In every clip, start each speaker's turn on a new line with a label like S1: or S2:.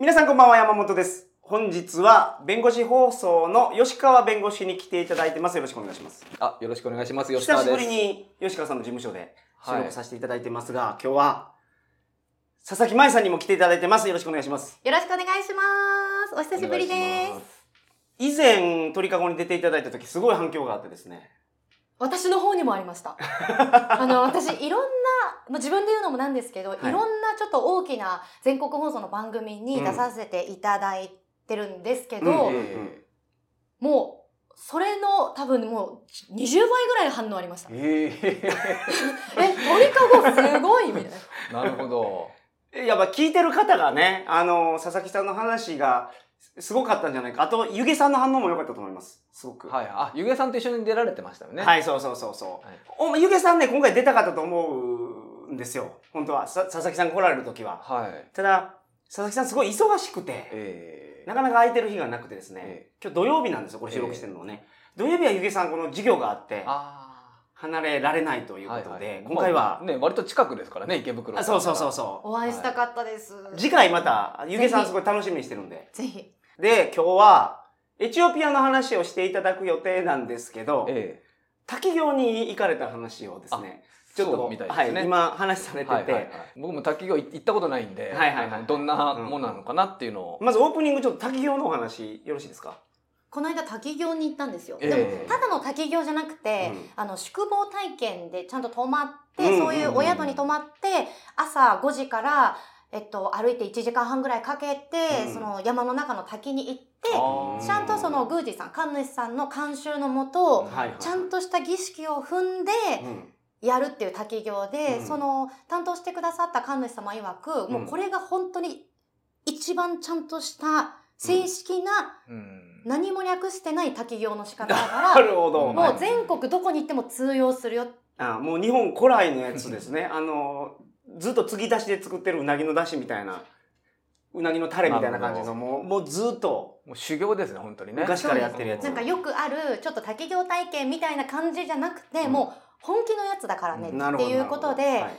S1: 皆さんこんばんは、山本です。本日は弁護士放送の吉川弁護士に来ていただいてます。よろしくお願いします。
S2: あ、よろしくお願いします。吉
S1: 久
S2: 川
S1: し
S2: です。
S1: ぶりに吉川さんの事務所で収
S2: はい
S1: 録させていただいてますが、今日は佐々木舞さんにも来ていただいてます。よろしくお願いします。
S3: よろしくお願いします。お久しぶりで。
S2: お願いします
S1: 以前、鳥かごに出ていただいた時、すごい反響があってですね。
S3: 私の方にもありま した。あの、私、いろんな、まあ、自分で言うのもなんですけど、
S1: い
S3: い、ろんなちょっと大きな全国放送の番組に出させていただいてるんですけど、
S1: うん
S2: え
S3: もう、それの多分もう20倍ぐらい反応ありました。
S2: ー
S3: え、
S2: え
S3: 鳥かごすごいみたい な。
S2: ーなるほ ど。
S1: やっぱ聞いてる方がね、あの、佐々木さんの話がすすごかったんじゃないか。あと、ゆげさんの反応も良かったと思います。すごく。
S2: はい。あ、ゆげさんと一緒に出られてましたよね。。
S1: はいい、そうそうそうそう。お前、ゆげさんね、今回出たかったと思うんですよ。本当は。さ佐々木さん来られる時は。
S2: はい。
S1: ただ、佐々木さんすごい忙しくて、
S2: えー
S1: なかなか空いてる日がなくてですね、
S2: え
S1: 今日土曜日なんですよ、これ収録してるのはね。土曜日はゆげさん、この授業があって、
S2: あ
S1: 離れられないとい
S2: ー
S1: うことで、
S2: はいい
S1: 今回は
S2: まあ、ね、割と近くですからね、池袋。
S1: あ、そうそうそう
S2: そ
S1: そ
S3: お会いしたかったです。
S1: う。次回また、ゆげさんすごい楽しみにしてるんで。
S3: ぜひ。
S1: で、今日は、エチオピアの話をしていただく予定なんですけど、
S2: え
S1: 滝行に行かれた話をですね、
S2: ー
S1: ちょっ
S2: そ
S1: と、
S2: うみたい
S1: は
S2: ですね。
S1: い、今話されてて、
S2: はいはいはい僕も滝行い行ったことないんで、
S1: はいはいはい
S2: あのどんなものなのかなっていうのを。
S1: まずオープニングちょっと滝行のお話よろしいですか、
S3: この間滝行に行ったんですよ。
S2: え
S3: で
S2: ー
S3: もただの滝行じゃなくて、
S1: うん
S3: あの宿坊体験でちゃんと泊まって、
S1: うん
S3: そういうお宿に泊まって朝5時から、えっと、歩いて1時間半ぐらいかけて、
S1: うん
S3: その山の中の滝に行っ
S2: あ
S3: て
S2: ー
S3: ちゃんとその宮司さん神主さんの監修のもと、
S1: はいはい
S3: ちゃんとした儀式を踏んで
S1: うん
S3: やるっていう滝行で、
S1: うん
S3: その担当してくださった神主様曰くもうこれが本当に一番ちゃんとした正式な、
S2: うん。
S3: 何も略してない滝行の仕方だ か
S1: な
S3: ら
S1: るほど、
S2: うん
S3: もう全国どこに行っても通用するよ
S1: あもう日本古来のやつですね あのずっと継ぎ足しで作ってるうなぎの出汁みたいなうなぎのタレみたいな感じ
S2: な
S1: のもうもうずっと
S2: もう修行ですね、本当にね。
S1: 昔からやってるやつ
S3: なんかよくあるちょっと滝行体験みたいな感じじゃなくて、
S2: うん
S3: もう本気のやつだからね
S1: なる
S3: っ
S1: ほど
S3: ていうことで、
S1: なるほどはい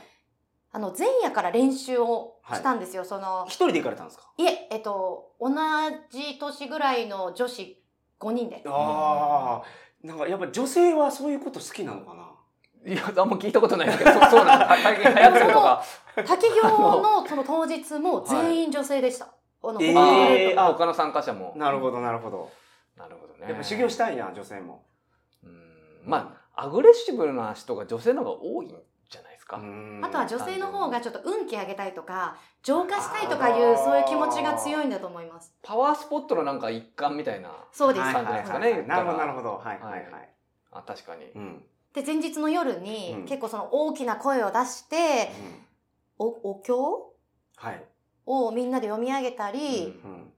S3: あの前夜から練習をしたんですよ、その
S1: 一人で行かれたんですか
S3: いええっと同じ年ぐらいの女子5 人で
S1: ああなんかやっぱ女性はそういうこと好きなのかない
S2: や、あんま聞いたことないですけど、そうそうなんだ。最近流行ってるとか。
S3: 滝行のその当日も全員女性でした、あの
S1: えー
S3: 他のグループ
S1: え
S2: あ
S1: あ
S2: ー他の参加者も。
S1: なるほどなるほど、
S2: なるほどね。
S1: やっぱ修行したいや女性も
S2: うんまあ、アグレッシブな人が女性の方が多いんじゃないですか。
S1: うん
S3: あとは女性の方がちょっと運気上げたいとか浄化したいとかいう
S1: あー
S3: そういう気持ちが強いんだと思います。
S2: パワースポットのなんか一環みたいな。
S3: そうです、
S1: はいはい
S2: 感じなんですかね言っ
S1: なる
S2: たら
S1: ほどなるほどはいはいはい、
S2: あ、確かに。
S1: うん
S3: で前日の夜
S1: う
S3: に
S1: ん
S3: 結構その大きな声を出して、
S1: うん
S3: おお経
S1: はい、
S3: をみんなで読み上げたり、
S1: うん、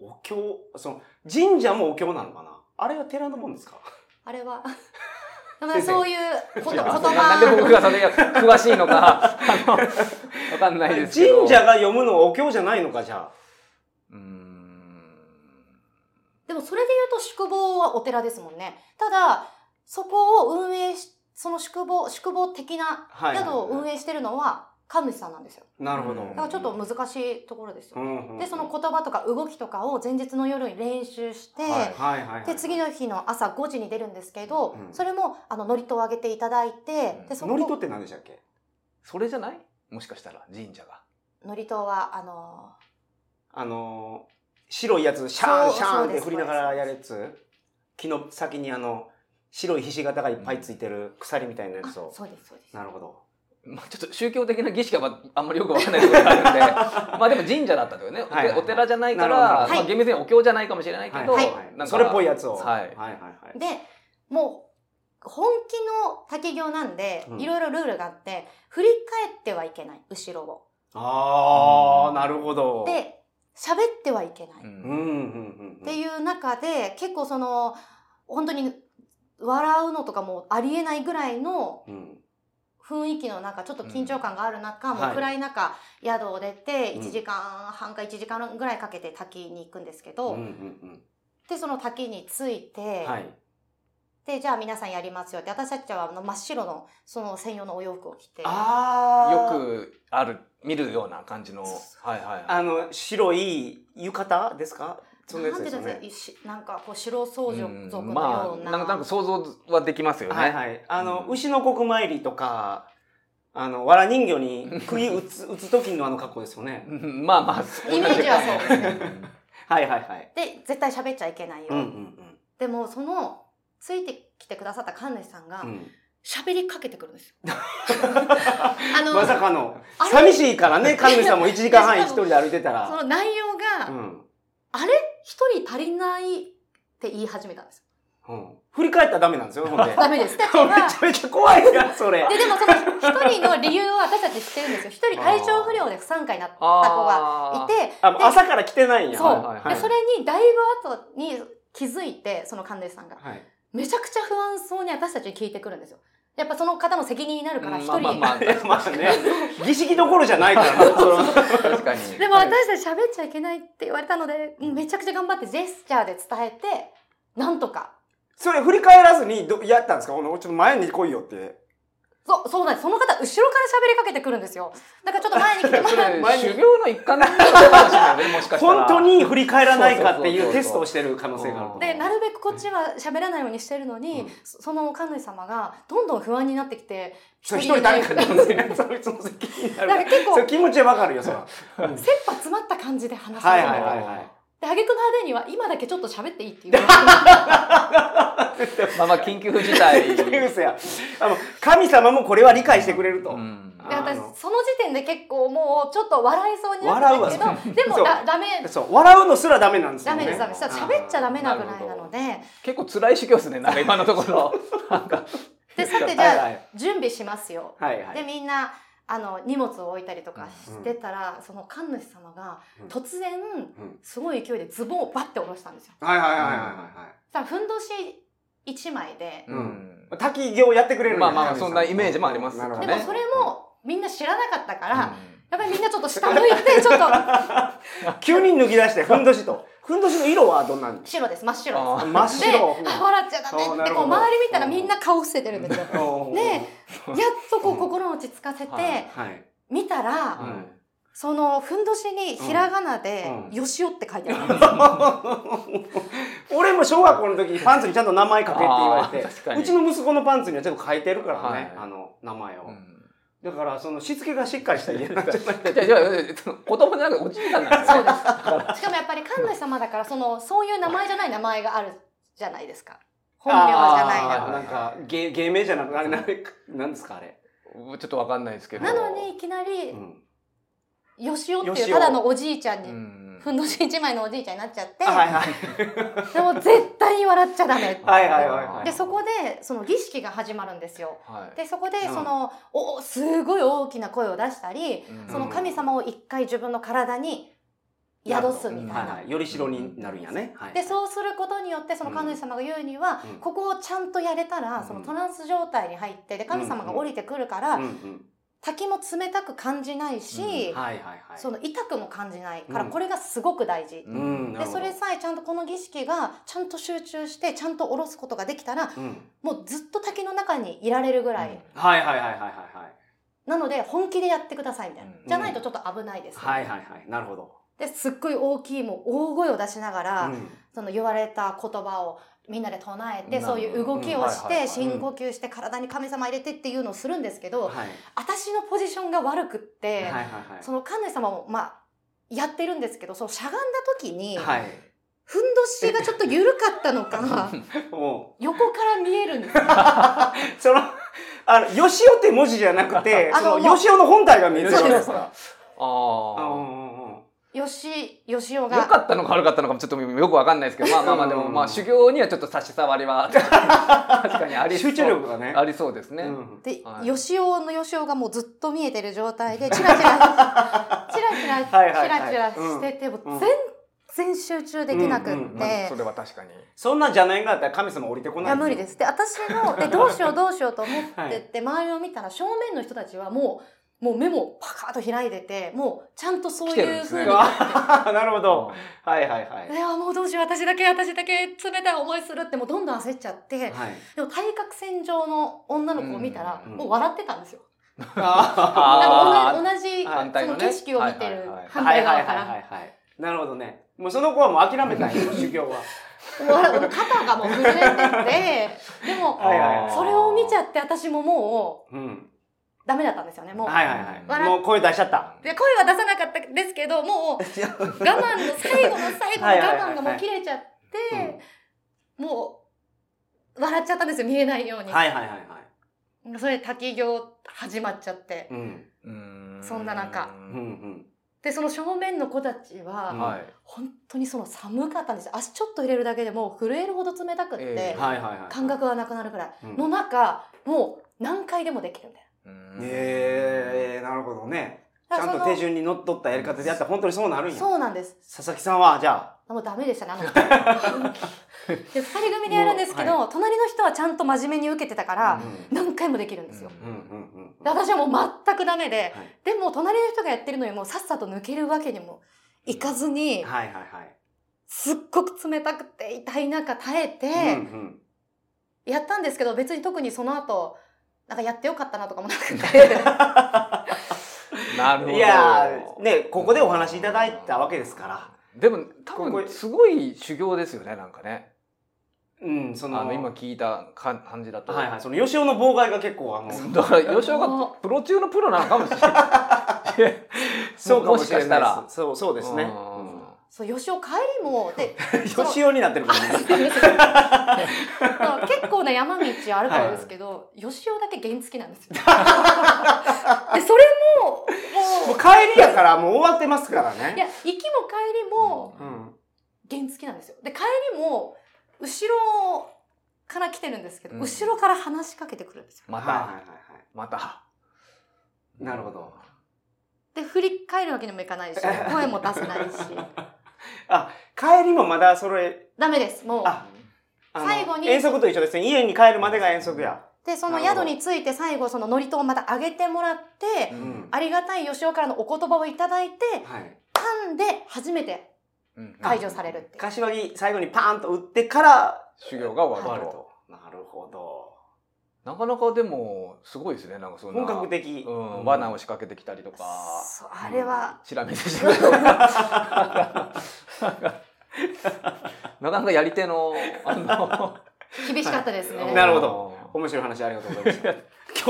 S1: お経その神社もお経なのかなあれは寺のもんですか
S3: あ れはだか
S1: 先
S3: ら
S1: 生
S3: そういうこと言
S2: ななんで僕
S3: 葉
S2: がそれが詳しい のか、あの、わかんないですけど。
S1: 神社が読むのはお経じゃないのかじゃあ
S2: うーん。
S3: でもそれで言うと宿坊はお寺ですもんね。ただそこを運営しその宿坊宿坊的な
S1: はいはいはい
S3: 宿を運営してるのは神主さんなんですよ。
S1: なるほど、
S2: うん
S3: だからちょっと難しいところですよね
S1: うんうん
S3: でその言葉とか動きとかを前日の夜に練習して、
S2: はい
S1: はいはい、はい、
S3: で次の日の朝5時に出るんですけど、
S1: うん
S3: それもあの祝詞を上げていただいて、
S2: うん
S3: でそ
S1: 祝詞
S3: の
S1: って何でしたっけ
S2: それじゃないもしかしたら、神社が。
S3: 祝詞はあの
S1: あのー白いやつシャーン
S3: そう
S1: シャーンっ
S3: そう
S1: て
S3: です
S1: 振りながらやるやつ木の先にあの白いひし形がいっぱいついてる鎖みたいなや
S3: あ
S1: つ
S3: そう
S1: を
S3: ですそうです
S1: なるほど
S2: まあ、ちょっと宗教的な儀式はあんまりよくわかんないところがあるん で、まあでも神社だったというね、お
S1: はいはいはい
S2: お寺じゃないから、
S1: なるほど
S2: まあ、厳密にはお経じゃないかもしれないけど、
S1: はい
S2: な
S1: は
S2: ん
S1: い
S2: か
S1: それっぽいやつを、
S2: はい
S1: はいはいはい
S3: でもう本気の滝行なんで、
S1: うん
S3: いろいろルールがあって振り返ってはいけない後ろを
S1: ああなるほど
S3: で喋ってはいけな
S2: う
S3: い、っ
S1: うんう
S2: ん
S1: んうんうん
S3: ていう中で結構その本当に笑うのとかもありえないぐらいの
S1: うん
S3: 雰囲気の中ちょっと緊張感がある中、
S1: うん
S3: も
S1: は
S3: う
S1: い
S3: 暗い中、宿を出て
S1: うん
S3: 1時間半か1時間ぐらいかけて滝に行くんですけ
S1: う
S3: ど、
S1: んうん
S3: でその滝に着いて、
S1: うんはい
S3: でじゃあ皆さんやりますよって私たちはあの真っ白のその専用のお洋服を着て
S1: ああ
S2: よくある、見るような感じの、はいはいはい。
S1: あの白い浴衣ですかそんなや
S3: なん
S1: つ
S3: て
S1: で
S3: い
S1: す
S3: う
S1: よね。
S3: んですか石なんかこう白相
S2: うん
S3: 女族
S2: ま
S3: のよう
S2: あ
S3: な。
S2: なんかなんか想像はできますよね、
S1: はいはい。あの、
S2: うん
S1: 牛の国参りとか、あの、藁人形に釘打 つ、打つ時のあの格好ですよね。
S2: うんまあまあ
S3: イメージはそうですね。
S2: ね
S1: はいはいはい。
S3: で絶対喋っちゃいけないよ。
S1: うんうん
S3: でもそのついてきてくださった神主さんが
S1: うん。うん
S3: 喋りかけてくるんですよ。 あの、
S1: まさかの、
S3: あれ
S1: 寂しいからね、神主さんも1時間半一人で歩いてた
S3: そ
S1: ら。
S3: の内容
S1: う
S3: が
S1: ん。
S3: 一人足りないって言い始めた んですよ。
S1: うん。振り返ったらダメなんですよ、ほん で。め
S3: ダメです。たちが
S1: ちゃめちゃ怖いやん、それ。
S3: ででもその一人の理由を私たち知ってるんですよ。一人体調不良で不参加になった子がい
S2: あ
S3: て、
S1: あ、もう朝から来てないんや。
S3: そう、
S1: はいはいは
S2: で
S1: い
S3: でそれにだいぶ後に気づいてその神主さんが
S1: はい。
S3: めちゃくちゃ不安そうに私たちに聞いてくるんですよやっぱその方の責任になるから
S2: うん
S3: 一
S2: まあ
S3: 人、
S2: まあまあ
S1: いやまあ ね、儀式どころじゃないからね、その
S2: ー確かに
S3: でも私たち喋っちゃいけないって言われたのでうんめちゃくちゃ頑張ってジェスチャーで伝えてなんとか
S1: それ振り返らずにどやったんですかこのちょっと前に来いよって。
S3: そうそうなんですその方後ろから喋りかけてくるんですよだからちょっと前に 来ても
S2: そ
S3: らっ
S2: れ
S1: 前に
S2: 修行の一環なんかもしれないねもしかしたら
S1: 本当に振り返らないかってい
S2: そうそうそうそう
S1: うテストをしてる可能性があると
S3: てでなるべくこっちは喋らないようにしてるのに、
S1: うん
S3: そその神主様がどんどん不安になってきて
S1: それ一人誰 かなんです ね。それその責任になる
S3: なんか結構
S1: それ気持ちはわかるよ、そ れは。
S3: 切羽詰まった感じで話して
S1: は
S3: る
S1: い
S3: の
S1: はいはいはい。
S3: で、挙句の果てには、今だけちょっと喋っていい っていう。で
S2: まあまあ緊急事態
S1: という嘘やあの神様もこれは理解してくれると。
S2: うん
S1: あ
S3: 私
S1: の、
S3: その時点で結構もう、ちょっと笑いそうになったけ
S1: 笑
S3: ど、でも
S1: そう
S3: だ、ダメ、
S1: そう笑うのすらダメなんですよ
S3: ダ
S1: ね。
S3: メです、ダメです。
S1: あー
S3: 喋っちゃダメなぐら
S2: な
S3: いな
S2: るほ
S3: ので、
S2: 結構辛い修行ですねなん か今のところなんか
S3: で、さてじ
S1: はい
S3: ゃ
S1: は
S3: あ、
S1: い
S3: 準備しますよ。
S1: はいはい
S3: で、みんな、あの、荷物を置いたりとかしてたら、その神主様が
S1: うん、
S3: 突然、
S1: ん
S3: すごい勢いでズボンをバッて下ろしたんですよ。
S1: はいはいはいはいは
S3: さあ、ふんどし一枚で、
S1: うんい。滝行やってくれるんだ
S2: まあまあ
S1: 神様
S2: そんなイメージもあります
S1: なるほ
S3: で
S1: ど
S2: ね
S3: も
S1: ね
S3: それも、みんな知らなかったから、
S2: う
S3: やっぱりみんなちょっと下向 いて、ちょっと
S1: 急に脱ぎ出してふんどし と。ふんどしの色はどんなんです
S3: 白です、真っ白です。
S2: あ
S1: か真っ
S3: で、
S1: 白。
S3: あ笑っちゃダ
S1: あー
S3: メ
S1: な
S3: って
S1: る
S3: こ
S1: ほ
S3: う
S1: ど
S3: 周り見たらみんな顔伏せてるんですよ。やっ
S1: おー
S3: ねとこ
S1: う
S3: うん心を落ち着かせて
S2: はい
S1: はい。
S3: 見たら、
S1: うん
S3: そのふんどしにひらがなで
S1: う
S3: 「
S1: ん
S3: よしお」って書いてある、
S1: 俺も小学校の時にパンツにちゃんと名前書けって言われ
S2: あー確か
S1: て
S2: に
S1: うちの息子のパンツにはちょっと書いてるからね、
S2: はい
S1: あの名前を、
S2: ん
S1: だからそのしつけがしっかりした家 なんじゃない
S2: いやいやいやその子供じゃなくておじいさんなんです
S3: そう
S2: ね
S3: ですしかもやっぱり神主様だからそのそういう名前じゃない名前があるじゃないですか本名じゃない
S2: あ
S3: な
S1: あーなんか芸芸名じゃなくあれなんなんですかあれ、
S2: ちょっとわかんないですけど
S3: なのにいきな
S1: う
S3: り
S1: ん
S3: 「よしお」って
S1: よし
S3: い
S1: お
S3: うただのおじいちゃん
S2: う
S3: に、
S2: ん
S3: ふんどし一枚のおじいちゃんになっちゃって、
S1: あはいはい
S3: でも絶対に笑っちゃダメ
S1: はいはいはいはい
S3: でそこでその儀式が始まるんですよ
S2: はい
S3: でそこで
S1: うん
S3: その、おすごい大きな声を出したり
S2: うん
S3: その神様を一回自分の体に
S2: う
S3: 宿すみたいな。
S2: ん
S1: はいはいより白になるんやね、はい
S3: でそうすることによってその神主様が言うには、
S1: うん
S3: ここをちゃんとやれたら、
S1: うん
S3: そのトランス状態に入ってで神様が降りてくるから、
S1: うんうん
S3: 滝も冷たく感じないし、
S2: う
S1: はいはいはい
S3: その痛くも感じないから、
S1: うん
S3: これがすごく大事。
S2: う
S1: うんな
S3: で
S1: るほ
S3: そ
S1: ど
S3: れさえちゃんとこの儀式がちゃんと集中してちゃんと下ろすことができたら
S1: うん
S3: もうずっと滝の中にいられるぐらい、
S2: うん
S1: はいはいはいはいはい
S3: なので本気でやってくださいみたいな、
S2: うん
S3: じゃないとちょっと危ないです、
S1: はいはいはいはいなるほど、
S3: ですっごい大きいもう大声を出しながら、
S1: うん
S3: その言われた言葉をみんなで唱えて
S2: なるほ
S3: そ
S2: ど
S3: ういう動きをし
S2: うんはいはいは
S3: て
S2: い
S3: 深呼吸して体に神様入れてっていうのをするんですけど、
S1: はい
S3: 私のポジションが悪くっ
S1: はい
S3: て、
S1: はいはい
S3: その神主様もまあやってるんですけどそうしゃがんだ時に、
S1: はい
S3: ふんどしがちょっと緩かったのか
S1: もう
S3: 横から見えるんですよ
S1: その、あの、よしおって文字じゃなくて、
S3: あの
S1: その、
S3: もう
S1: よしおの本体が見える
S3: そうです
S1: か。うんう
S2: あ
S1: んうんうん
S3: よしよし
S2: あ
S3: お
S2: 良
S3: が
S2: かったのか悪かったのかもちょっとよくわかんないですけどまあまあまあでもまあ修行にはちょっと差し障り は確かにありそう
S1: 集中力がね。
S2: ありそうですね、
S1: うん
S3: で、
S2: はい
S3: よしおのよしおがもうずっと見えてる状態でチラチラチラチラチ
S1: はいはいはい
S3: ラチラしてて、もう
S1: うん
S3: 全然集中できなくって、
S1: うんうんうん
S2: まあ、それは確かに
S1: そんなじゃないんだったら神様降りてこ
S3: い
S1: ない。。
S3: や無理ですすで私のでどうしようどうしようと思ってって、周りを見たら正面の人たちはもうもう目もパカッと開いててもうちゃんとそう
S2: 来てるん
S3: いう
S2: です
S3: ふう
S2: ね
S3: に、
S1: うわ なるほど。はいはいはい
S3: い。やもうどうしよう私だけ私だけ冷たい思いするってもうどんどん焦っちゃって
S1: はい。
S3: でも対角線上の女の子を見たら、
S1: うん
S3: もう笑ってたんですよ。
S1: あ
S3: なん
S2: あ
S3: か同じ同じ
S2: 反対
S3: そ
S2: の
S3: の
S2: ね
S3: 景色を見てる
S2: はいはいはい
S1: ー
S3: 反
S1: は
S3: 対
S1: いはいは
S3: 側
S1: い
S3: か
S1: はい
S3: ら
S1: はい。なるほどね。もうその子はもう諦めた んよ、修行は。
S3: もう肩がもう震えてて、でも、
S1: はいはいはい
S3: それを見ちゃって私もも
S1: うん。
S3: うダメだったんですよね、もう。
S1: はいはいはい。
S3: 笑っ
S1: もう声出しちゃった。
S3: で声は出さなかったですけどもう我慢の最後の最後の
S1: はいはいはいはい
S3: 我慢がもう切れちゃってもう笑っちゃったんですよ見えないように、
S1: はいはいはいはい。
S3: それで滝行始まっちゃって
S1: うん。
S2: うん
S3: そんな中
S1: うんうん。
S3: でその正面の子たちは、
S1: うん
S2: はい
S3: 本当にその寒かったんですよ足ちょっと入れるだけでもう震えるほど冷たくって、
S2: ええ
S1: はいはいはい。
S3: 感覚がなくなるくらい
S1: うん。
S3: の中もう何回でもできるんだよ
S2: うん
S1: ええ、なるほどね。ち
S3: だ
S1: ゃ
S3: から
S1: ん
S3: そ
S1: と
S3: の
S1: 手順にのっとったやり方でやったら本当にそうなるんや。
S3: そうなんです
S1: 佐々木さんは、じゃ
S3: もうダメでしたね、あ の人で、二人組でやるんですけど、
S1: も
S3: 隣の人はちゃんと真面目に受けてた
S1: あ
S3: から、。何回もできるんですよ。
S1: うんうんうんうん。
S3: で私はもう全くダメで、
S1: はい
S3: でも隣の人がやってるのにもうさっさと抜けるわけにもいかずに、
S1: はいはいはい。
S3: すっごく冷たくて痛い中耐え
S1: う
S3: て、
S1: んうん
S3: やったんですけど、別に特にその後、なんかやってよかったなとかもな くて、
S2: なるほど
S1: いやーねここでお話いただいたわけですから
S2: でも多
S1: ここ
S2: 分すごい修行ですよねなんかね
S1: うんそ
S2: あ
S1: の
S2: の今聞いた感感じだと、
S1: はいはいその吉尾の妨害が結構あの
S2: だから吉岡がプロ中のプロなのかもしれない
S1: そうかもしれないです
S2: もしかしたら
S1: そうそうですね
S2: うん
S3: そう、吉尾帰 りも、で、
S1: うん吉尾になってるからね
S3: まあ 結構な山道歩くんですけど、吉尾だけ原付なんですよ。で、それも、もう
S1: もう、帰りやからもう終わってますから
S3: い
S1: ね
S3: や、行きも帰りも
S1: うん
S3: 原付なんですよ。で、帰りも、後ろから来てるんですけど、
S2: うん
S3: 後ろから話しかけてくるんですよ。
S2: また、
S1: はいはいはいはい
S2: また
S1: なるほど
S3: で、振り返るわけにもいかないし、声も出せないし、
S1: 帰りもまだそれ
S3: ダメです、もう。
S1: ああの
S3: 最後に
S1: 遠足と一緒ですね家に帰るまでが遠足や
S3: で、その
S1: なるほ
S3: 宿
S1: ど
S3: に着いて最後、その祝詞をまた上げてもらって、
S2: う
S1: うん
S3: ありがたい吉尾からのお言葉をいただいて、
S1: はい
S3: 噛んで初めて
S2: うん
S3: 解除されるっていう。
S1: 柏木最後にパーンと打ってから
S2: 修行が終
S1: 終わ
S2: わ
S1: る
S2: ると
S1: となるほど
S2: なかなかでもすごいですねなんかそんな
S1: 本格的
S2: うん、罠を仕掛けてきたりとか
S3: そうあれは、
S2: チラ見せしてくれたりとか なかなかやり手のあの
S3: 厳しかったですね。
S1: はいなるほど面白い話ありがとうございました。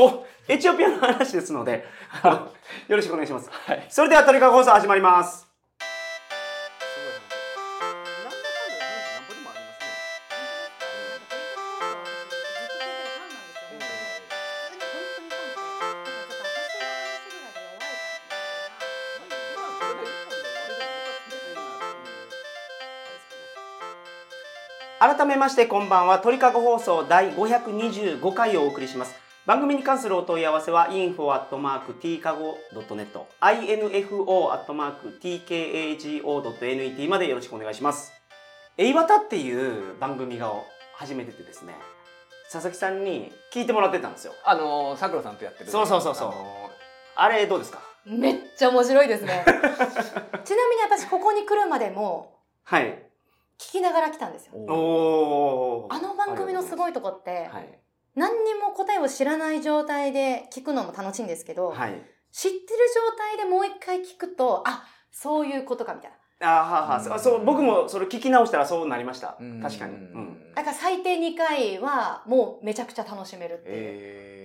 S1: 今日、エチオピアの話ですので、あのよろしくお願いします。
S2: はい
S1: それでは、トリカゴ放送始まります。改めましてこんばんは鳥かご放送第525回をお送りします番組に関するお問い合わせは info.tkago.net info.tkago.net までよろしくお願いしますえいわたっていう番組が始めててですね佐々木さんに聞いてもらってたんですよ
S2: あのさくらさんとやってる
S1: そうそうそうそう
S2: あの
S1: あれどうですか
S3: めっちゃ面白いで すね。ちなみに私ここに来るまでも
S1: はい
S3: 聞きながら来たんですよ。
S1: お
S2: お
S1: お
S3: あの番組のすごいとこって
S1: はい
S3: 何にも答えを知らない状態で聞くのも楽しいんですけど、
S1: はい
S3: 知ってる状態でもう一回聞くと、あ、そういうことかみたいな。
S1: あーはーはー
S2: うん
S1: そそう僕もそれ聞き直したらそうなりました
S2: うん
S1: 確かにうん
S3: だから最低2回はもうめちゃくちゃ楽しめるっていう。
S2: えー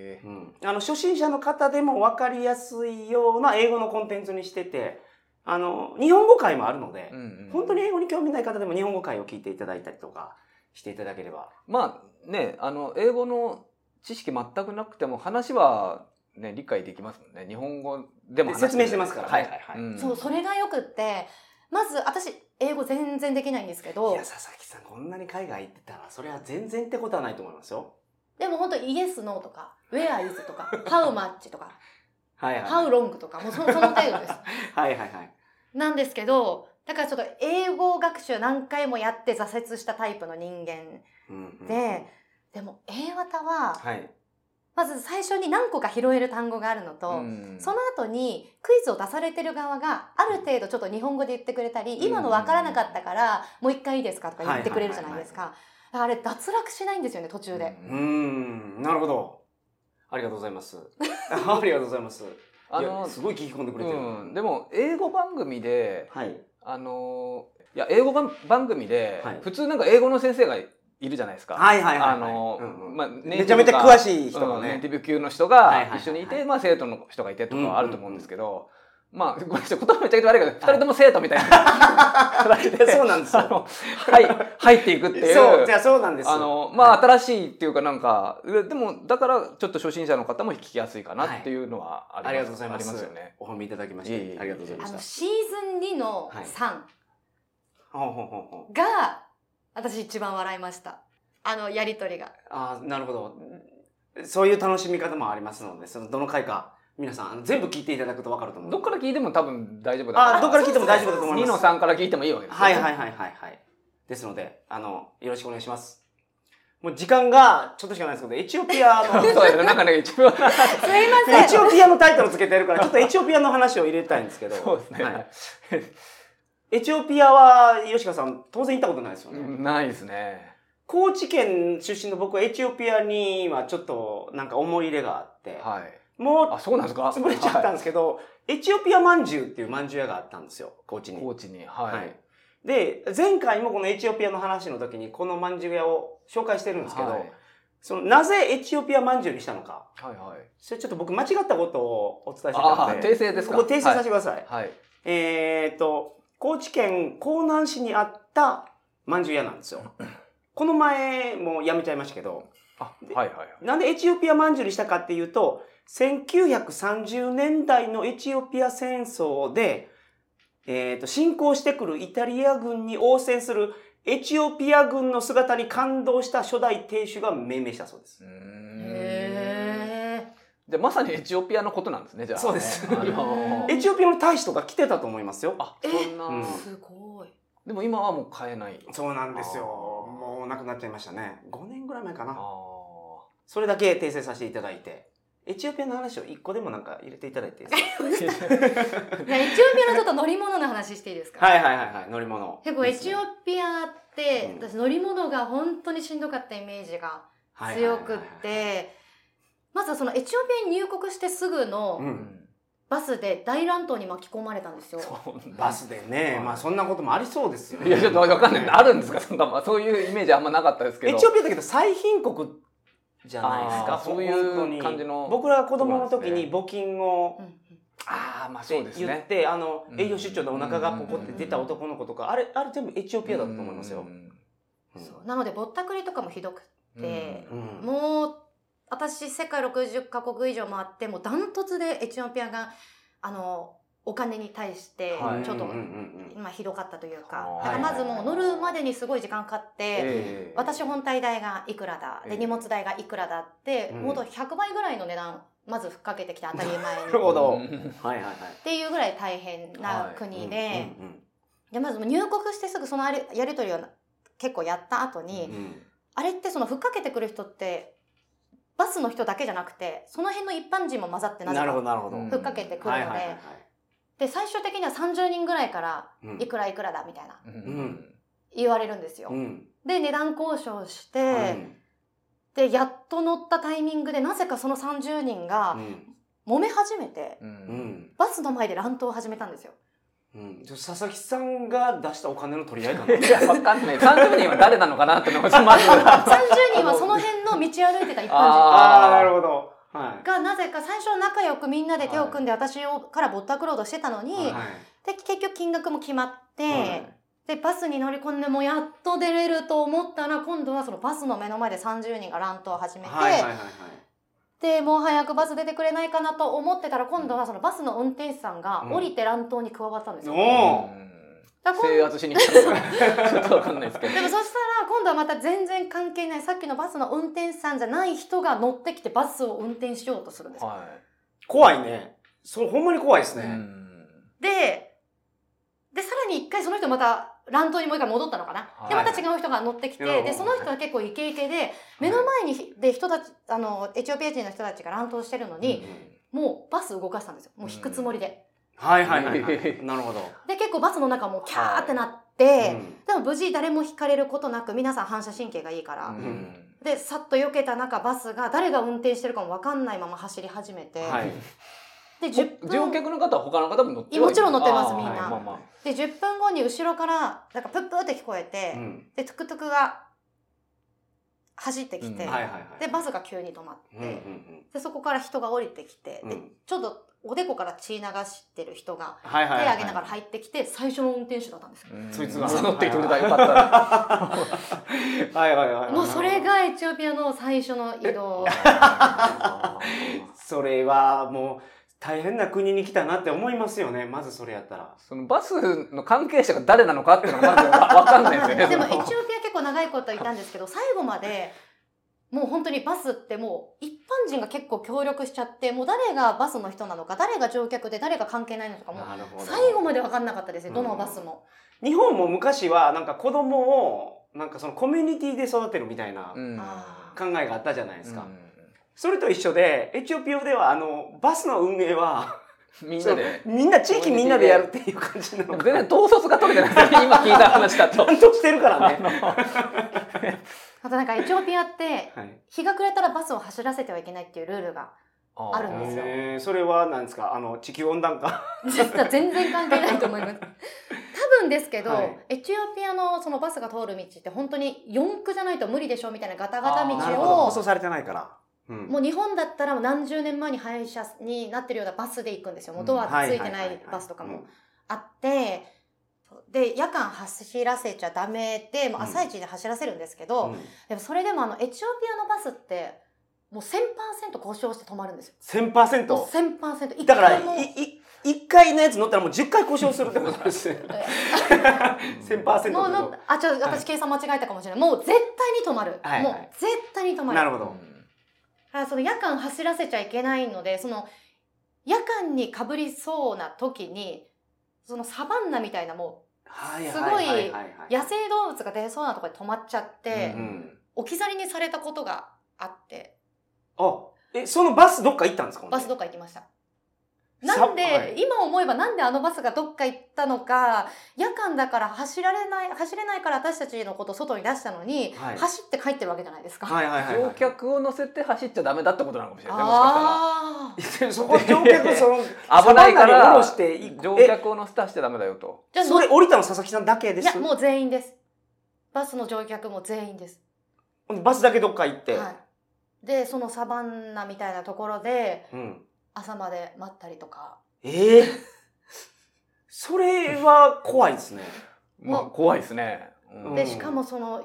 S1: あの初心者の方でも分かりやすいような英語のコンテンツにしててあの日本語会もあるので、
S2: うんうん
S1: 本当に英語に興味ない方でも日本語会を聞いていただいたりとかしていただければ
S2: まあねあの英語の知識全くなくても話はね理解できますもんね日本語でも話
S1: 説明してますから
S2: はい
S1: はいはいはい
S2: ん
S3: そう、それがよくって、まず私、英語全然できないんですけ
S1: い
S3: ど
S1: や、佐々木さんこんなに海外行ってたらそれは全然ってことはないと思いますよ
S3: でも本当イエス、ノーとか、where is とか、how much とか、
S1: はいはいは
S3: how long とか、もうそのその程度です。
S1: いはいはい
S3: なんですけど、だからちょっと英語学習何回もやって挫折したタイプの人間
S1: うんうん
S3: で、でも A 型は、
S1: はい
S3: まず最初に何個か拾える単語があるのと、
S2: うん
S3: その後にクイズを出されてる側がある程度ちょっと日本語で言ってくれたり、今の分からなかったからもう一回いいですかとか言ってくれるじゃないですか。だからあれ脱落しないんですよね、途中で。
S1: うーんなるほどありがとうござい ますありがとうございます
S2: あ
S1: いや
S2: の
S1: すごい聞き込んでくれてる、
S2: うん、でも英語番組で
S1: はい
S2: あのいや英語が番組で、
S1: はい
S2: 普通なんか英語の先生がいるじゃないですか。
S1: はいはいはいはい
S2: あの
S1: うんうん
S2: まあ
S1: めちゃめちゃ詳
S2: い
S1: しい人が
S2: ネイ
S1: ね
S2: テ、ィブ級の人
S1: はいはい
S2: が
S1: はい
S2: 一緒にいて、まあ生徒の人がいてとかあると思うんですけど、まあごめんなさい言葉めちゃくちゃ悪いけど、二人とも生徒みたいな形で、
S1: そうなんですよ
S2: あのはい入っていくっていう。
S1: そうじゃあそうなんです
S2: あのまあ、
S1: はい
S2: 新しいっていうかなんか、うでもだからちょっと初心者の方も聞きやすいかなっていうのはあります,、
S1: ありがとうございます
S2: ありますよね。
S1: お褒めいただきまし
S2: いえい
S1: て
S2: え
S1: ありがとうございま
S3: あ
S1: し
S3: の
S1: た
S3: シーズン2の
S1: はい
S3: 3
S1: ほうほうほうほう
S3: が、私一番笑いましたあのやり取りが
S1: ああなるほどそういう楽しみ方もありますのでそのどの回か皆さんあの全部聞いていただくと分かると思う
S2: どっから聞いても多分大丈夫
S1: あ
S2: だ
S1: ーどっから聞いても大丈夫だと思います
S2: 2の3から聞いてもいいわけですよ
S1: はいはいはいはいはい。ですので、あの、よろしくお願いします。もう時間がちょっとしかないですけど、エチオピアの、
S2: そうだよね。なんかね、一番、
S3: すいません
S1: エチオピアのタイトルつけてるから、ちょっとエチオピアの話を入れたいんですけど、
S2: そうですね。
S1: はいエチオピアは、吉川さん、当然行ったことないですよね。
S2: ないですね。
S1: 高知県出身の僕はエチオピアにはちょっとなんか思い入れがあって、
S2: はい。
S1: も
S2: あ、そうなんです
S1: う
S2: か
S1: 潰れちゃったん
S2: は
S1: ですけど、エチオピアまんじゅうっていうまんじゅう屋があったんですよ、高知
S2: い
S1: に。
S2: 高知に。はい。
S1: はいで、前回もこのエチオピアの話の時にこのまんじゅう屋を紹介してるんですけど、
S2: はい
S1: そのなぜエチオピアまんじゅうにしたのか、
S2: はいはい。
S1: それちょっと僕間違ったことをお伝えして
S2: あ
S1: たの
S2: あ、訂
S1: で、
S2: 正です
S1: こ
S2: か
S1: こ訂正させてください。
S2: はい。はい。
S1: えーっと、高知県江南市にあったまんじゅう屋なんですよ。この前もやめちゃいましたけど、
S2: あ、はいはいはい。
S1: なんでエチオピアまんじゅうにしたかっていうと、1930年代のエチオピア戦争で、えーっと、侵攻してくるイタリア軍に応戦するエチオピア軍の姿に感動した初代亭主が命名したそうです。
S2: うーん
S3: へえ
S2: で、まさにエチオピアのことなんですね、じゃあ。
S1: そうです
S2: あのー
S1: エチオピアの大使とか来てたと思いますよ。
S2: あ、そんな、
S1: うん
S3: すごい
S2: でも今はもう買えない。
S1: そうなんですよ。
S2: あー
S1: もう亡くなっちゃいましたね。5年ぐらい前か
S2: あ
S1: な。
S2: あ。
S1: それだけ訂正させていただいて。エチオピアの話を1個でもなんか入れていただいていいです
S3: いやエチオピアのちょっと乗り物の話していいです
S1: か
S3: か、
S1: はいはいはいはい。乗り物。
S3: 結構エチオ
S1: ピ
S3: ピアって、
S1: うん
S3: 私乗り物が本当にしんどかったイメージが強くってまずはそのエチオピアに入国してすぐ
S1: う
S3: の
S1: ん。
S3: バスで大乱闘に巻き込まれたんですよ。
S2: そう
S1: バスでね、まあそんなこともありそうですよ、ね。
S2: いやちょっとわかんない、
S1: ね
S2: あるんですかそんな、まあ、そういうイメージあんまなかったですけど
S1: エチオピアだけど最貧国じゃないです
S2: あ
S1: か。
S2: ーそういう
S1: 本当に
S2: 感じの
S1: 僕らが子供の時に
S2: そ
S1: 募金を
S3: うんうん
S2: ああまあ
S1: って
S2: そう
S1: 言
S2: で
S1: っ
S2: す
S1: て、
S2: ね
S1: あの
S2: うん
S1: 栄養失調でお腹がポコって出た男の子とか、あれあれ全部エチオピアだったと思いますよ。うん
S3: そうなのでぼったくりとかもひどくで
S2: うん
S1: うん
S3: もう私世界60カ国以上回ってもうダントツでエチオピアがあのお金に対して
S2: はい
S3: ちょっと、
S1: うんうんうんうん
S3: まあ、ひどかったというか
S2: は
S3: だ
S1: い
S3: からまずもう乗るまでにすごい時間かかって、
S2: ええ
S3: 私本体代がいくらだ
S2: ええ
S3: で荷物代がいくらだって、
S1: うん
S3: もっと100倍ぐらいの値段まずふっかけてきて当たり前
S1: な
S3: に。
S1: るほど
S2: うん
S1: はいはいはい。
S3: っていうぐらい大変な国で,、
S1: うんうん
S3: でまずもう入国してすぐそのあれやり取りを結構やった後に、
S1: うんうん
S3: あれってそのふっかけてくる人ってバスの人だけじゃなくてその辺の一般人も混ざってなぜ
S1: なるほど
S3: か
S1: なるほど。
S2: うん
S3: ふっかけてくるので,、
S1: はい
S3: で最終的には30人ぐらいから
S1: うん
S3: いくらいくらだみたいな
S2: うん
S1: ん
S3: 言われるんですよ。
S1: うん
S3: で値段交渉して、
S1: うん
S3: でやっと乗ったタイミングでなぜかその30人が揉め始めて、
S2: う
S1: うんん
S3: バスの前で乱闘を始めたんですよ。
S1: うん佐々木さんが出したお金の取り合い か
S2: いやわかんない30人は誰なのかなってのがまず
S3: 30人はその辺の道歩いてた一般人
S1: ああーなる
S2: ほ
S1: ほど。は
S3: がなぜか最初は仲良くみんなで手を組んで私をからぼったくろうとしてたのに、
S1: い。はい
S3: で結局金額も決まって、
S1: はい
S3: でバスに乗り込んでもうやっと出れると思ったら今度はそのバスの目の前で30人が乱闘を始めて、
S1: はいはいはいはい。
S3: でもう早くバス出てくれないかなと思ってたら今度はそのバスの運転手さんが降りて乱闘に加わったんですよ。
S1: おー
S3: だから今
S2: 制圧しに来たのかなちょっとわかんないですけど
S3: でもそしたら今度はまた全然関係ないさっきのバスの運転手さんじゃない人が乗ってきてバスを運転しようとするんですよ
S2: は
S1: 怖いね。そうほんまに怖いです
S2: い、う
S1: ね。
S2: ん
S3: ででさらに一回その人また乱闘にもう一回戻ったのかな、
S2: はい
S3: でまた違う人が乗ってきて、
S1: なるほど
S3: でその人は結構イケイケで目の前にで人たちあのエチオピア人の人たちが乱闘してるのに、もうバス動かしたんですよもう引くつもりで、
S1: はいはいはいはい。なるほど。
S3: で結構バスの中もキャーってなって、
S1: うん
S3: でも無事誰も引かれることなく皆さん反射神経がいいから、
S2: うん
S1: ん
S3: でさっと避けた中バスが誰が運転してるかも分かんないまま走り始めて、
S1: はい
S3: で10
S2: 乗
S3: 分
S2: 客の方は他の方も乗って
S3: いやもちろん乗ってます
S2: あー
S3: みんな
S2: はいまあまあ
S3: で10分後に後ろからなんかプップーって聞こえて、
S1: うん
S3: でトゥクトゥクが走ってきて、
S2: うん
S1: はいはいはい
S3: でバスが急に止まって、
S1: うんうん
S3: でそこから人が降りてきて、
S1: うんう
S3: で
S1: ん
S3: ちょっとおでこから血流してる人が
S1: はい
S3: 手
S1: はいはい
S3: 上げながら入ってきて、最初の運転手だったんですよ。
S2: うん
S1: そいつが
S2: 乗ってきてくれたらよか
S1: はいはいはいはい
S3: もうそれがエチオピアの最初の移動
S2: った
S1: それはもう大変な国に来たなって思いますよねまずそれやったら
S2: そのバスの関係者が誰なのかっていうのがまずわかんないですよね
S3: でもエチ
S2: そ
S3: オピア
S2: の
S3: 結構長いこといたんですけど最後までもう本当にバスってもう一般人が結構協力しちゃってもう誰がバスの人なのか誰が乗客で誰が関係ないのかもう
S1: るほ
S3: 最後まで分かんなかったですねどのバスも。
S1: 日本も昔はなんか子供をなんかそのコミュニティで育てるみたいな
S2: うん
S3: あ
S1: 考えがあったじゃないですか、
S2: う
S1: それと一緒でエチオピアではあのバスの運営は
S2: んみんなで
S1: みんな地域みんなでやるっていう感じな
S2: で
S1: の
S2: も
S1: か
S2: 全然統率が取れてないですよね今聞いた話だと
S1: 担当してるからね、
S3: あとなんかエチオピアって
S1: はい、
S3: 日が暮れたらバスを走らせてはいけないっていうルールがあるんですよ
S1: えーそれは何ですかあの地球温暖化
S3: 実は全然関係ないと思います。多分ですけど、
S1: はい
S3: エチオピアのそのバスが通る道って本当に4区じゃないと無理でしょみたいなガタガタ道
S2: あーなるほど
S3: を
S1: 舗装されてないから、うん
S3: もう日本だったらもう何十年前に廃車になってるようなバスで行くんですよ。もうドア
S1: は
S3: ついてないバスとかも、あって、で、夜間走らせちゃダメで、もう朝一で走らせるんですけ
S1: は
S3: ど、
S1: いはいはいうんうん
S3: でもそれでもあの、エチオピアのバスって、もう1000%故障して止まるんですよ。もう
S1: 1000%
S3: 1000%。一
S1: だから
S3: 回も
S1: いい1回のやつ乗ったらもう10回故障するってことなん ですね1000%
S3: もう
S1: だけ
S3: のあ、ちょっと
S1: は
S3: 私
S1: い
S3: 計算間違えたかもしれない。もう絶対に止まる。
S1: はいはい
S3: もう絶対に止ま
S1: ど
S3: る。
S1: なるほ
S2: う
S1: ど、
S2: ん
S3: あその夜間走らせちゃいけないのでその夜間にかぶりそうな時にそのサバンナみたいなも
S1: はい
S3: すごい
S1: はははは
S3: う野生動物が出そうなところで止まっちゃって
S1: う、ん
S3: 置き去りにされたことがあって
S1: あえそのバスどっか行ったんですか
S3: バスどっか行きました。
S1: さ
S3: なんで、
S1: はい
S3: 今思えばなんであのバスがどっか行ったのか夜間だから走られない走れないから私たちのこと外に出したのに、
S1: はい
S3: 走って帰ってるわけじゃないですか。
S1: はいはいはい、はい、
S2: 乗客を乗せて走っちゃダメだってことなのかもしれないもしかしたら
S3: ああ
S1: そこ乗客 その
S2: 危ないか
S1: サバンナに降
S2: ら
S1: ろしていく
S2: 乗客を乗せて走っちゃダメだよと。
S3: じゃあ
S1: それ降りたの佐々木さんだけで
S3: い
S1: す
S3: やもう全員ですバスの乗客も全員です、
S1: バスだけどっか行って、
S3: はい、でそのサバンナみたいなところで
S1: うん、
S3: 朝まで待ったりとか
S1: ええそれは怖いですね
S2: まあ怖いですね。うん
S1: う
S3: で
S1: ん
S3: しかもその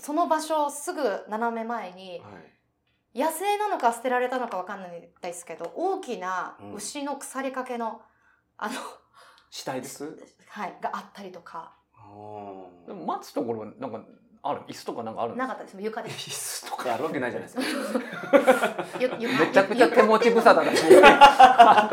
S3: その場所すぐ斜め前に野生なのか捨てられたのかわかんないですけど大きな牛の腐りかけの、あの、
S1: 死体です
S3: はい、があったりとか
S2: でも待つところはなんかある椅子とかなんかあるんで
S3: な
S2: す
S3: かったです床で
S1: 椅
S3: す
S1: 子とかあるわけないじゃないですか
S3: ゆ床
S2: めちゃくちゃ手持ち無沙汰だし。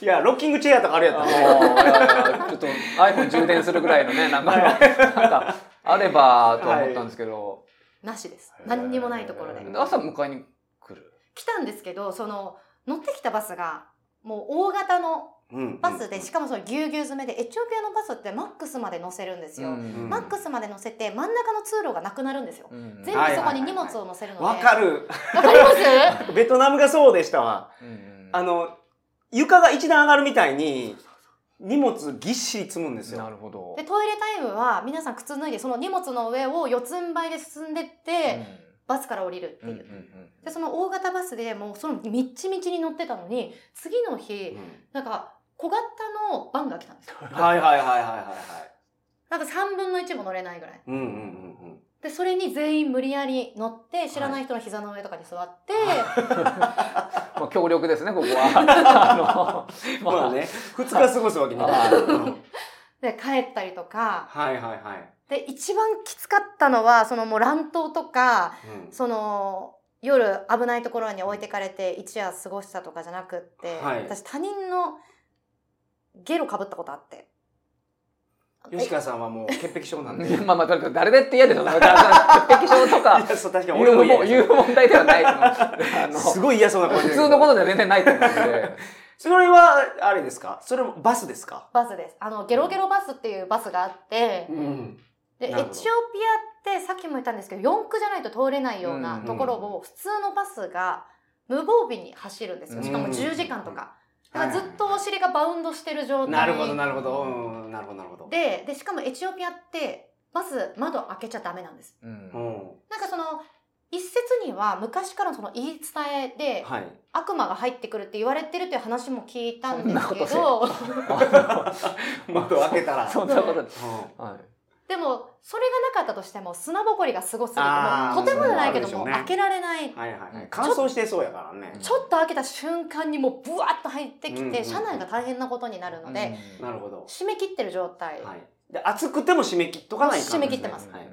S1: いやロッキングチェアとかあるやっ
S2: あの
S1: た
S2: いやいやちょっと iPhone 充電するぐらいのねなんかなんかあればと思ったんですけど、
S3: なしです何にもないところで
S1: へー
S2: 朝迎えに来る。
S3: 来たんですけどその乗ってきたバスがもう大型の
S1: うん
S3: バスでしかもそのぎゅうぎゅう詰めでエチオピアのバスってマックスまで乗せるんですよ、
S2: うん
S3: マックスまで乗せて真ん中の通路がなくなるんですよ、
S2: うん
S3: 全部そこに荷物を乗せるので
S1: わかる
S3: わかります
S1: ベトナムがそうでしたわ
S2: うん
S1: あの床が一段上がるみたいに荷物ぎっしり積むんです
S2: な
S1: よ
S2: るほど
S3: で。トイレタイムは皆さん靴脱いでその荷物の上を四つん這いで進んでって、バスから降りるって
S2: う
S3: い
S2: んうん
S3: う、
S2: うん
S3: でその大型バスでもうそのみっちみちに乗ってたのに次の日
S1: うん
S3: なんか小型のバンが来たんですよ
S1: はいはいはいはいはいはい
S3: なんか3分の1も乗れないぐらい
S1: うんうんうんうん
S3: でそれに全員無理やり乗って知らない人の膝の上とかに座って、
S2: まあ協力ですねここ は。あの
S1: まあ。ね2日過ごすわけにはいかないうん
S3: で帰ったりとか
S1: はいはいはい
S3: で一番きつかったのはそのもう乱闘とか
S1: うん
S3: その夜危ないところに置いてかれて一夜過ごしたとかじゃなくって、
S1: はい
S3: 私他人のゲロかぶったことあって
S1: 吉川さんはもう潔癖症なんで。い
S2: まあまあ、だから誰だって嫌でしょ。だから潔癖症とか
S1: や、そう、確かに
S2: 言
S1: 俺
S2: う
S1: も
S2: も
S1: 嫌
S2: 言う
S1: で
S2: 問題ではない と思う。あの
S1: す。すごい嫌そうな感じ。
S2: 普通のことじゃ全然ないと思うんで。
S1: それは、あれですかそれもバスですか
S3: バスですあのゲロゲロバスっていうバスがあって、
S1: ん。
S3: でエチ
S1: なる
S3: オ
S1: ほど
S3: ピアってさっきも言ったんですけど4区じゃないと通れないよう
S2: うんう
S3: な
S2: ん
S3: ところを普通のバスが無防備に走るんですよしかも
S1: うん
S3: 10時間とか、だからずっとお尻がバウンドしてる状態
S1: なるほどなるほど、うん、なるほどなるほど。
S3: ででしかもエチオピアってまず窓開けちゃダメなんです
S2: うん
S1: う
S2: うん
S1: ん、
S3: なんかその一説には昔からのその言い伝えで
S1: はい。
S3: 悪魔が入ってくるって言われてるっていう話も聞いたんですけ
S2: そんな
S3: ど
S2: あ
S1: 窓を開けたら。
S2: の そんなこと
S1: う
S2: はい
S3: でもそれがなかったとしても砂ぼこりがすごすぎて
S1: あー
S3: もうとてもじゃないけど
S1: そう
S3: も
S1: あ
S3: う
S1: るでしょうね
S3: 開けられない
S1: んはいはいは
S2: う
S1: い
S2: ん。
S1: 乾燥してそうやからね。
S3: ちょっと開けた瞬間にもうブワッと入って
S1: うん
S3: き
S1: うんう
S3: て
S1: ん
S3: 車内が大変なことになるので
S2: うん
S1: なるほど。
S3: 締め切ってる状態
S1: はい。で、暑くても締め切っとかないかんですね
S3: 締め切ってます
S1: はい。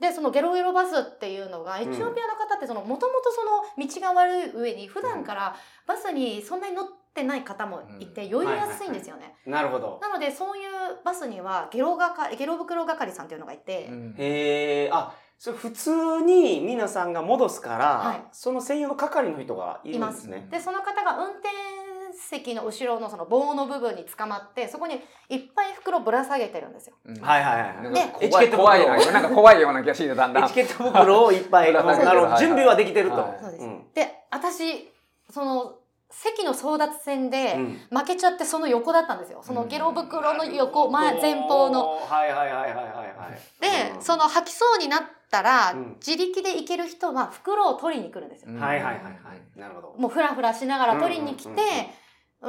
S3: でそのゲロゲロバスっていうのがエチオピアの方ってもともとその道が悪い上に普段からバスにそんなに乗ってない方もいて酔いやすいんですよね。
S1: なるほど。
S3: なのでそういうバスにはゲロがかゲロ袋係さんっていうのがいて、
S2: うん
S1: へえ、あ、それ普通に皆さんが戻すから、
S3: はい
S1: その専用の係の人がいるんです
S2: いま
S1: ね
S2: す。
S3: でその方が運転席の後ろのその棒の部分に捕まってそこにいっぱい袋ぶら下げてるんですよ。
S2: うん
S1: はいはいはい。
S2: なんか
S1: でエ
S2: 怖
S1: チケッ
S2: い
S1: ト
S2: 怖いようななんか怖いような気がしてきただんだん
S1: エチケット袋をいっぱい、
S2: ぶら下げてる
S1: なるほ
S2: はい
S1: ど
S2: はい
S1: 準備はできてると。
S2: はい
S3: そうです
S1: うん
S3: で私その席の争奪戦
S1: う
S3: で
S1: ん
S3: 負けちゃってその横だったんですよ。そのゲロ袋の横、前前方の。。
S1: はいはいはいはいはいはい。
S3: で、
S1: うん
S3: その吐きそうになったら、
S1: うん
S3: 自力で行ける人は袋を取りに来るんですよ、
S2: うん
S1: はいはいはいはい。なるほど。
S3: もうフラフラしながら取りに来て、
S1: うんうん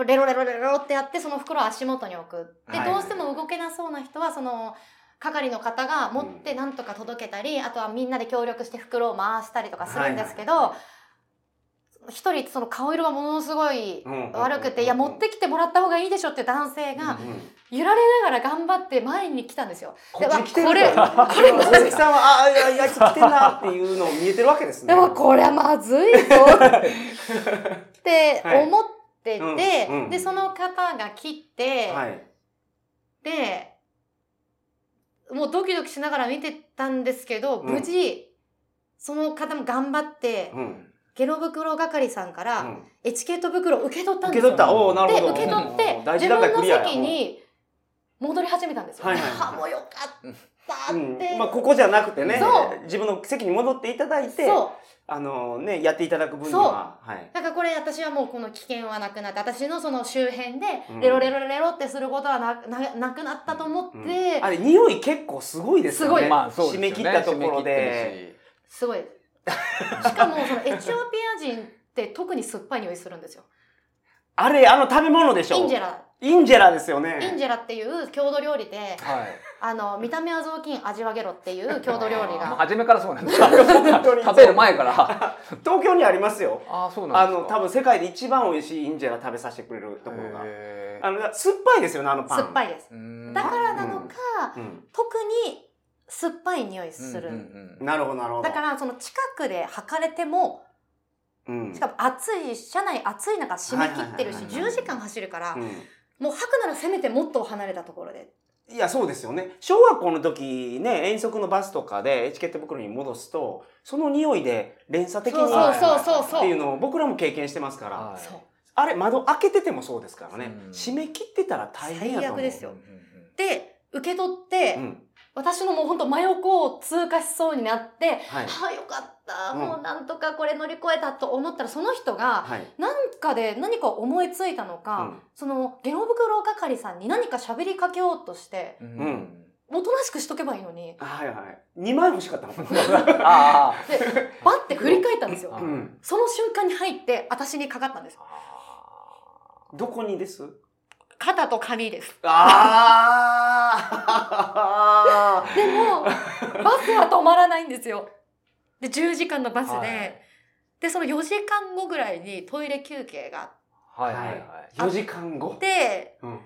S3: レロレロレロってやってその袋を足元に置くで、
S1: はい
S3: どうしても動けなそうな人はその係の方が持ってなんとか届けたり、あとはみんなで協力して袋を回したりとかするんですけど
S1: はいはいは
S3: 一、人その顔色がものすごい
S1: うん
S3: 悪くて、いや持ってきてもらった方がいいでしょっていう男性が
S1: うん
S3: 揺られながら頑張って前に来たんですよ。
S1: こっちに来てる
S3: これ
S1: から
S3: これ
S1: 佐々木さんは、ああ、いやいや、来てんなっていうのを見えてるわけです ね。
S3: でもこれはまずいぞって
S1: はい
S3: 思ってて、
S1: うんうん
S3: でその方が来て、
S1: はい。
S3: でもうドキドキしながら見てたんですけど
S1: うん
S3: 無事、その方も頑張って、
S1: うん。
S3: ゲロ袋係さんか
S1: う
S3: ら
S1: ん
S3: エチケット袋を受け取ったん
S1: 受
S3: で
S1: け
S3: すよ。
S1: 取った。おお、なるほ
S3: で
S1: ど。
S3: 受け取って
S1: うん大
S3: 自
S1: 事だったら
S3: 分の
S1: クリアや
S3: 席。に戻り始めたんですよ。
S1: はいはいはい
S3: あもうよかった
S1: う
S3: っ
S1: ん
S3: て、
S1: まあ、ここじゃなくてね
S3: そう、
S1: 自分の席に戻っていただいて、
S3: そう
S1: あのね、やっていただく分には、はい。
S3: なんかこれ私はもうこの危険はなくなって私のその周辺で
S1: うん
S3: レロレロレロってすることはなななくなったと思って、
S1: うんあれ、匂い結構すごいですよね。
S3: すごい
S2: まあそうですよ
S1: 締め
S2: ね
S1: 切ったところで。
S3: すごいしかもそのエチオピア人って特に酸っぱい匂いするんですよ
S1: あれ、あの食べ物でしょ
S3: インジェラ
S1: インジェラですよね。
S3: インジェラっていう郷土料理
S2: 締め切ってる
S3: で
S2: しはい
S3: あの見た目は雑巾味はゲロっていう郷土料理
S2: もう
S3: が
S2: 初めからそ うなんです
S1: 本当に
S2: 食べる前からあ
S1: 東京にありますよ。
S2: あそうな
S1: あ
S2: んです
S1: の、
S2: か
S1: 多分世界で一番美味しいインジェラ食べさせてくれるところが。
S2: へー
S1: あの、酸っぱいですよね、あのパン。
S3: 酸っぱ
S1: い。
S3: いです
S2: うーん
S3: だからなのか、
S1: うん。
S3: 特に酸っぱい匂いする、
S2: うんうんうん
S1: なるほど、なるほど。
S3: だからその近くで履かれても
S1: うん。
S3: しかも暑い車内暑い中締め切ってるし
S1: はいはいはいはい
S3: 10時間走るから、
S1: う
S3: もう吐くならせめてもっと離れたところで
S1: ん、いや、そうですよね。小学校の時、ね、遠足のバスとかでエチケット袋に戻すと、その匂いで連鎖的に
S3: そう
S2: そうそう
S3: そうそう
S1: っていうのを僕らも経験してますから、
S2: はい
S3: そう
S1: あれ、窓開けててもそうですからね。
S2: うん
S1: 締め切ってたら大変やと思う。
S3: 最悪ですよ
S2: うんうん
S3: で受け取って、
S1: うん。
S3: 私のもうほんと真横を通過しそうになって、
S1: はい。
S3: ああよかった、
S1: うん
S3: もうなんとかこれ乗り越えたと思ったらその人が
S1: はい。
S3: 何かで何か思いついたのか、そのゲロ袋係さんに何か喋りかけようとして
S2: うん
S1: う
S3: おとなしくしとけばいいのに
S1: うん。はいはい。二枚欲しかったの か
S2: あ
S1: な。
S2: あ
S3: でバッて振り返ったんですよ
S2: あ
S1: うん。
S3: その瞬間に入って私にかかったんです
S1: どこにです
S3: 肩と髪です
S1: ああ
S3: でもバスは止まらないんですよ。で10時間のバスで、
S2: はい
S3: でその4時間後ぐらいにトイレ休憩があっ
S2: はいはいはい
S1: 4時間後。
S3: て
S1: うん。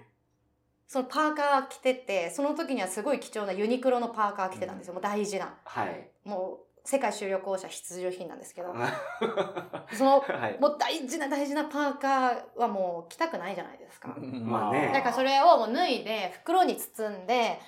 S3: そのパーカー着ててその時にはすごい貴重なユニクロのパーカー着てたんですよ、もう大事な
S1: はい。
S3: もう世界修旅行者必需品なんですけどその
S1: はい。
S3: もう大事な大事なパーカーはもう着たくないじゃないですか。
S1: まあね
S3: だからそれをもう脱いで袋に包んで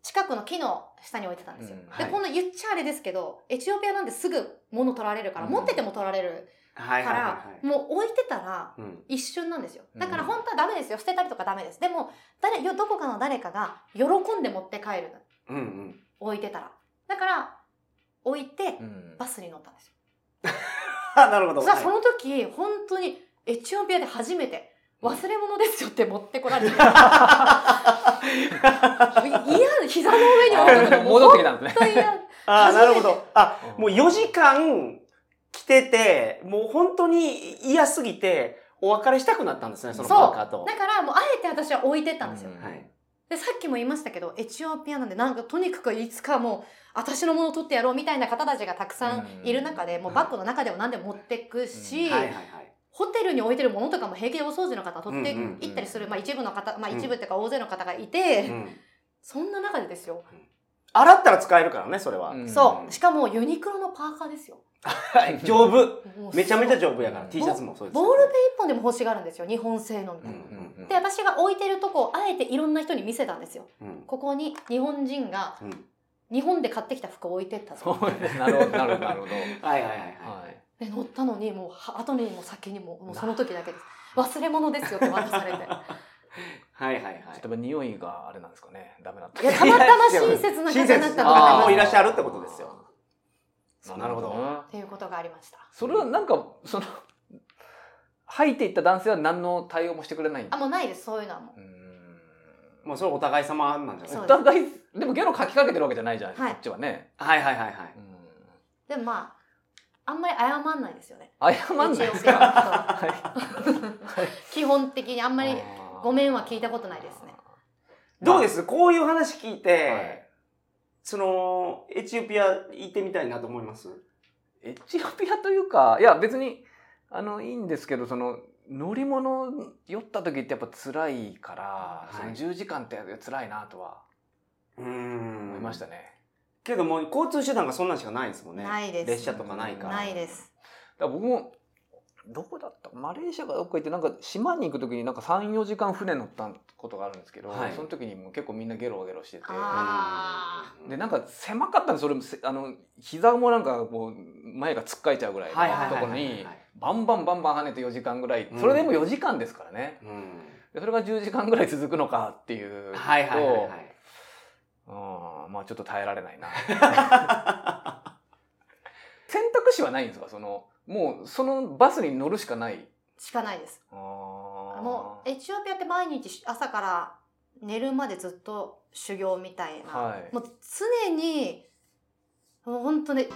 S3: 近くの木の下に置いてたんですよ。
S2: うん
S3: で
S1: はい
S3: この言っちゃあれですけどエチオピアなんですぐ物取られるから、
S2: うん
S3: 持ってても取られる
S1: は
S3: か
S1: いはいは
S3: ら、
S1: いはい。
S3: もう置いてたら
S1: うん。
S3: 一瞬なんですよだか
S2: う
S3: ら
S2: ん
S3: 本当はダメですよ捨てたりとかダメですでも誰よどこかの誰かが喜んで持って帰る
S1: うんうん。
S3: 置いてたらだから置いて
S2: うん
S3: バスに乗ったんですよ、
S1: あ、なるほど。
S3: さあ
S1: はい
S3: その時本当にエチオピアで初めて忘れ物ですよって持ってこら れていや膝の上に置くのがもう
S2: 戻って
S3: 本
S2: きたんですね。
S3: 当に嫌
S1: ああ、
S3: 初
S1: な
S3: めて
S1: るほど。あ、
S2: うん
S1: もう4時間来てて、もう本当に嫌すぎて、お別れしたくなったんですね、その
S3: そう
S1: パーカーと。
S3: だからもうあえて私は置いてったんですよ、
S2: うん
S1: はい。
S3: でさっきも言いましたけどエチオピアなんでなんかとにかくいつかもう私のものを取ってやろうみたいな方たちがたくさんいる中で、
S2: うん
S3: もうバッグの中でも何でも持ってくし、
S2: うん
S1: はいはいはい。
S3: ホテルに置いてるものとかも平気でお掃除の方取って
S1: うんうんうん
S3: いったりする、まあ、一部の方、まあ、
S1: うん
S3: 一部っていうか大勢の方がいて、
S1: うん
S3: そんな中でですよ、
S1: 洗ったら使えるからね、それは。
S2: うん
S3: そうしかもユニクロのパーカーですよ
S1: はい丈夫。
S3: もう
S1: めちゃめちゃ丈夫やから、
S2: うん
S1: T シャツもそうです。
S3: ボールペン一本でも欲しがるんですよ日本製のみたいな、
S1: うん
S2: うん
S3: で私が置いてるとこをあえていろんな人に見せたんですよ
S1: うん
S3: ここに日本人が
S1: うん
S3: 日本で買ってきた服を置いてった
S2: そ
S3: と
S2: うですなるほどな るほどなるほど。
S1: はいはいはいは
S2: はい。
S3: で乗ったのにもうは後にも先にももうその時だけです忘れ物ですよって渡されて
S1: い。はいはいはい
S2: ちょっとやっぱ匂いがあれなんですかね。ダメだった。
S3: いやたまたま親切な方だったの
S1: あー
S3: か
S1: 親切もうい
S3: な
S1: ら
S3: っ
S1: っしゃるってことですよ
S2: あー。
S1: なるほど
S3: ていうことがありました
S2: それはなんかその入っていった男性は何の対応もしてくれないん
S3: あ
S2: だ。
S3: もうないですそういうのはも
S2: うーん
S1: もうそれお互い様なんじゃない
S3: そう
S2: お
S3: です
S2: 互いでもゲロかきかけてるわけじゃないじゃないです
S3: は
S2: か。
S3: い
S2: こっちはね。
S1: はいはいはいはい。
S2: うん
S3: うでもまああんまり謝んないですよね
S2: 謝んないです
S3: 一応
S2: か。
S3: 基本的にあんまりごめんは聞いたことないですね。
S1: どうですこういう話聞い
S2: まあは
S1: て
S2: い、
S1: その、エチオピア行ってみたいなと思います
S2: エチオピアというか、いや別に、あの、いいんですけど、その、乗り物酔った時ってやっぱ辛いから、
S1: い
S2: その10時間って辛いなとは
S1: うーん
S2: 思いましたね。
S1: けどもう交通手段がそんなんしかないですもんね。
S3: ないです
S1: 列車とかないから。
S3: ないです
S2: だから僕も、どこだったマレーシアかどっか行って、なんか島に行く時になんか3、4時間船乗ったことがあるんですけど、
S1: はい
S2: その時にもう結構みんなゲロゲロしてて、
S3: あ
S1: うん
S2: で、なんか狭かったんです、それも、せあの、膝もなんかこう、前がつっかえちゃうぐらい
S1: はいはい
S2: の
S1: はい
S2: と
S1: はい
S2: ころに、バンバンバンバン跳ねて4時間ぐらい、それでも4時間ですからね。
S1: うん
S2: でそれが10時間ぐらい続くのかっていうと、
S1: はいはいはいはい。
S2: うんまあちょっと耐えられないな 選択肢はないんですかそのもうそのバスに乗るしかない
S3: しかないです
S2: あ
S3: もう
S2: え
S3: エチオピアって毎日朝から寝るまでずっと修行みたいな、
S2: はい
S3: もう常にもう本当ね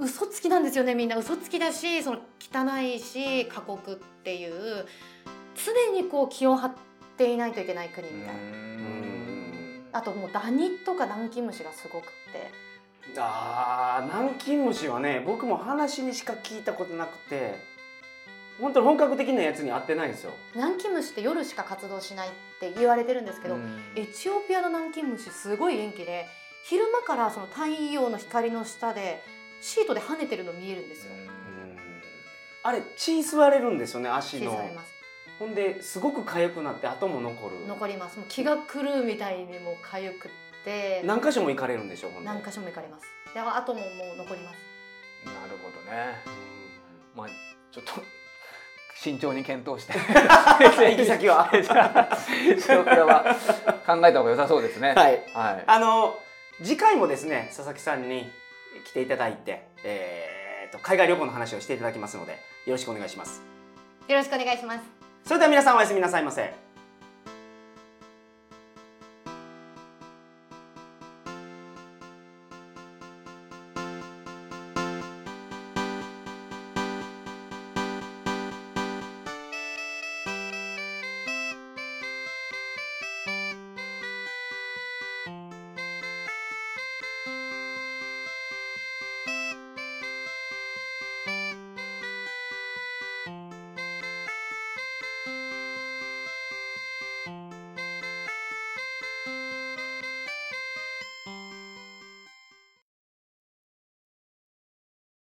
S3: 嘘つきなんですよねみんな嘘つきだしその汚いし過酷っていう常にこう気を張っていないといけない国みたいな、
S1: ん
S3: あともうダニとかダンキムシがすごくって
S1: あー、南京虫はね、僕も話にしか聞いたことなくて、本当に本格的なやつに合ってないんですよ。
S3: ナンキムシって夜しか活動しないって言われてるんですけど、エチオピアのナンキンムシすごい元気で昼間からその太陽の光の下でシートで跳ねてるの見えるんですよ。
S1: あれ、血吸われるんですよね、足
S3: 気
S1: の
S3: づ。かれます
S1: ほんで、すごく痒くなって、後も残る。
S3: 残りますもう気が狂うみたいにもう痒くって
S1: 何箇所も行かれるんでしょ、ほんで。
S3: 何箇所も行かれますであとももう残ります
S2: なるほどねまあちょ っと慎重に検討して
S1: 行き先は
S2: エチオピアは考えた方が良さそうですね
S1: はい。
S2: はい
S1: あの次回もですね佐々木さんに来ていただいて、えー、と海外旅行の話をしていただきますのでよろしくお願いします
S3: よろしくお願いします
S1: それでは皆さんおやすみなさいませ。